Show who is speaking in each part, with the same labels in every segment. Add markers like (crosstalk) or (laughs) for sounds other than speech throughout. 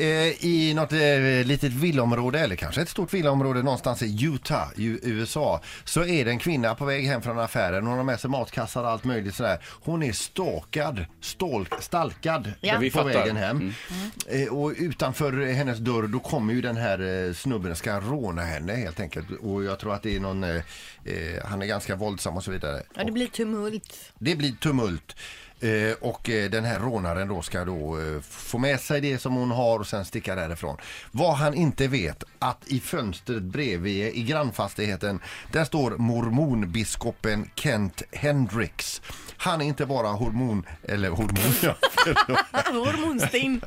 Speaker 1: eh, i något eh, litet villaområde eller kanske ett stort villaområde någonstans i Utah i U- USA så är det en kvinna på väg hem från affären. Hon har med sig matkassar och allt möjligt sådär. Hon är stalkad, stolk, stalkad på
Speaker 2: Vi fattar. Mm.
Speaker 1: vägen hem. Eh, och utanför hennes dörr då kommer ju den här eh, snubben ska råna henne helt enkelt. Och jag tror att det är någon, eh, eh, han är ganska våldsam och så vidare.
Speaker 3: Ja, det blir tumult.
Speaker 1: Det blir tumult. Eh, och eh, den här rånaren då ska då eh, få med sig det som hon har och sen sticka därifrån. Vad han inte vet att i fönstret bredvid i grannfastigheten där står mormonbiskopen Kent Hendricks. Han är inte bara hormon, eller hormon ja. (laughs)
Speaker 3: Ah, Hormonstinn.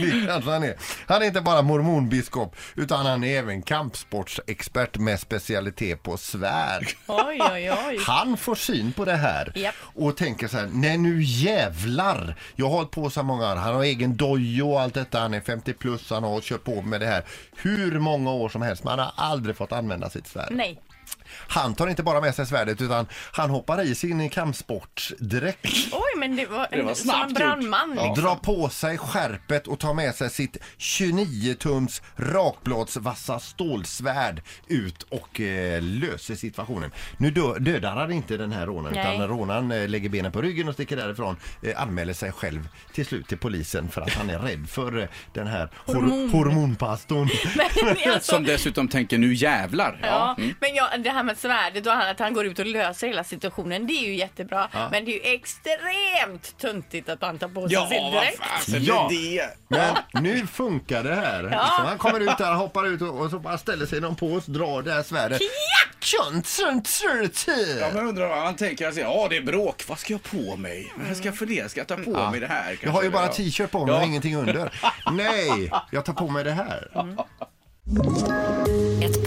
Speaker 1: Det kanske han, är. han är inte bara mormonbiskop utan han är även kampsportsexpert med specialitet på svärd.
Speaker 3: (laughs) Oj, oj, oj.
Speaker 1: Han får syn på det här
Speaker 3: Japp.
Speaker 1: och tänker så här, nej nu jävlar! Jag har hållit på så många år, han har egen dojo och allt detta, han är 50 plus, han har kört på med det här hur många år som helst, men han har aldrig fått använda sitt svärd.
Speaker 3: Nej.
Speaker 1: Han tar inte bara med sig svärdet utan han hoppar i sin kampsportsdräkt.
Speaker 3: Oj, men det var, en,
Speaker 2: var
Speaker 3: som
Speaker 2: snabbt
Speaker 3: en
Speaker 2: gjort.
Speaker 3: brandman. liksom.
Speaker 1: Drar på sig skärpet och tar med sig sitt 29-tums rakbladsvassa stålsvärd ut och eh, löser situationen. Nu dö- dödar han inte den här rånaren
Speaker 3: Nej.
Speaker 1: utan rånaren eh, lägger benen på ryggen och sticker därifrån. Eh, anmäler sig själv till slut till polisen för att han är rädd för eh, den här hor-
Speaker 3: Hormon.
Speaker 1: hormonpastorn.
Speaker 3: (laughs) Men, (laughs) alltså,
Speaker 2: (laughs) Som Mm. dessutom tänker nu jävlar.
Speaker 3: Ja, Mm. men ja, det här med svärdet och han- att han går ut och löser hela situationen, det är ju jättebra. Men det är ju extremt tuntigt att han tar på sig sin
Speaker 2: vad
Speaker 3: dräkt.
Speaker 2: fasen
Speaker 1: Ja.
Speaker 2: är det?
Speaker 1: Men nu funkar det här. Så han kommer ut där, hoppar ut och, och så bara ställer sig någon på oss, drar det här svärdet. Tjon, tjon, tjon, tjon.
Speaker 2: Ja, men undrar vad han tänker. Han säger, ja det är bråk, vad ska jag på mig? Vad ska jag för det? Ska jag ta på mig det här?
Speaker 1: Jag har ju
Speaker 2: kanske?
Speaker 1: bara
Speaker 2: Ja.
Speaker 1: t-shirt på mig och ingenting
Speaker 2: (laughs)
Speaker 1: under. Nej, jag tar på mig det här.
Speaker 4: Ett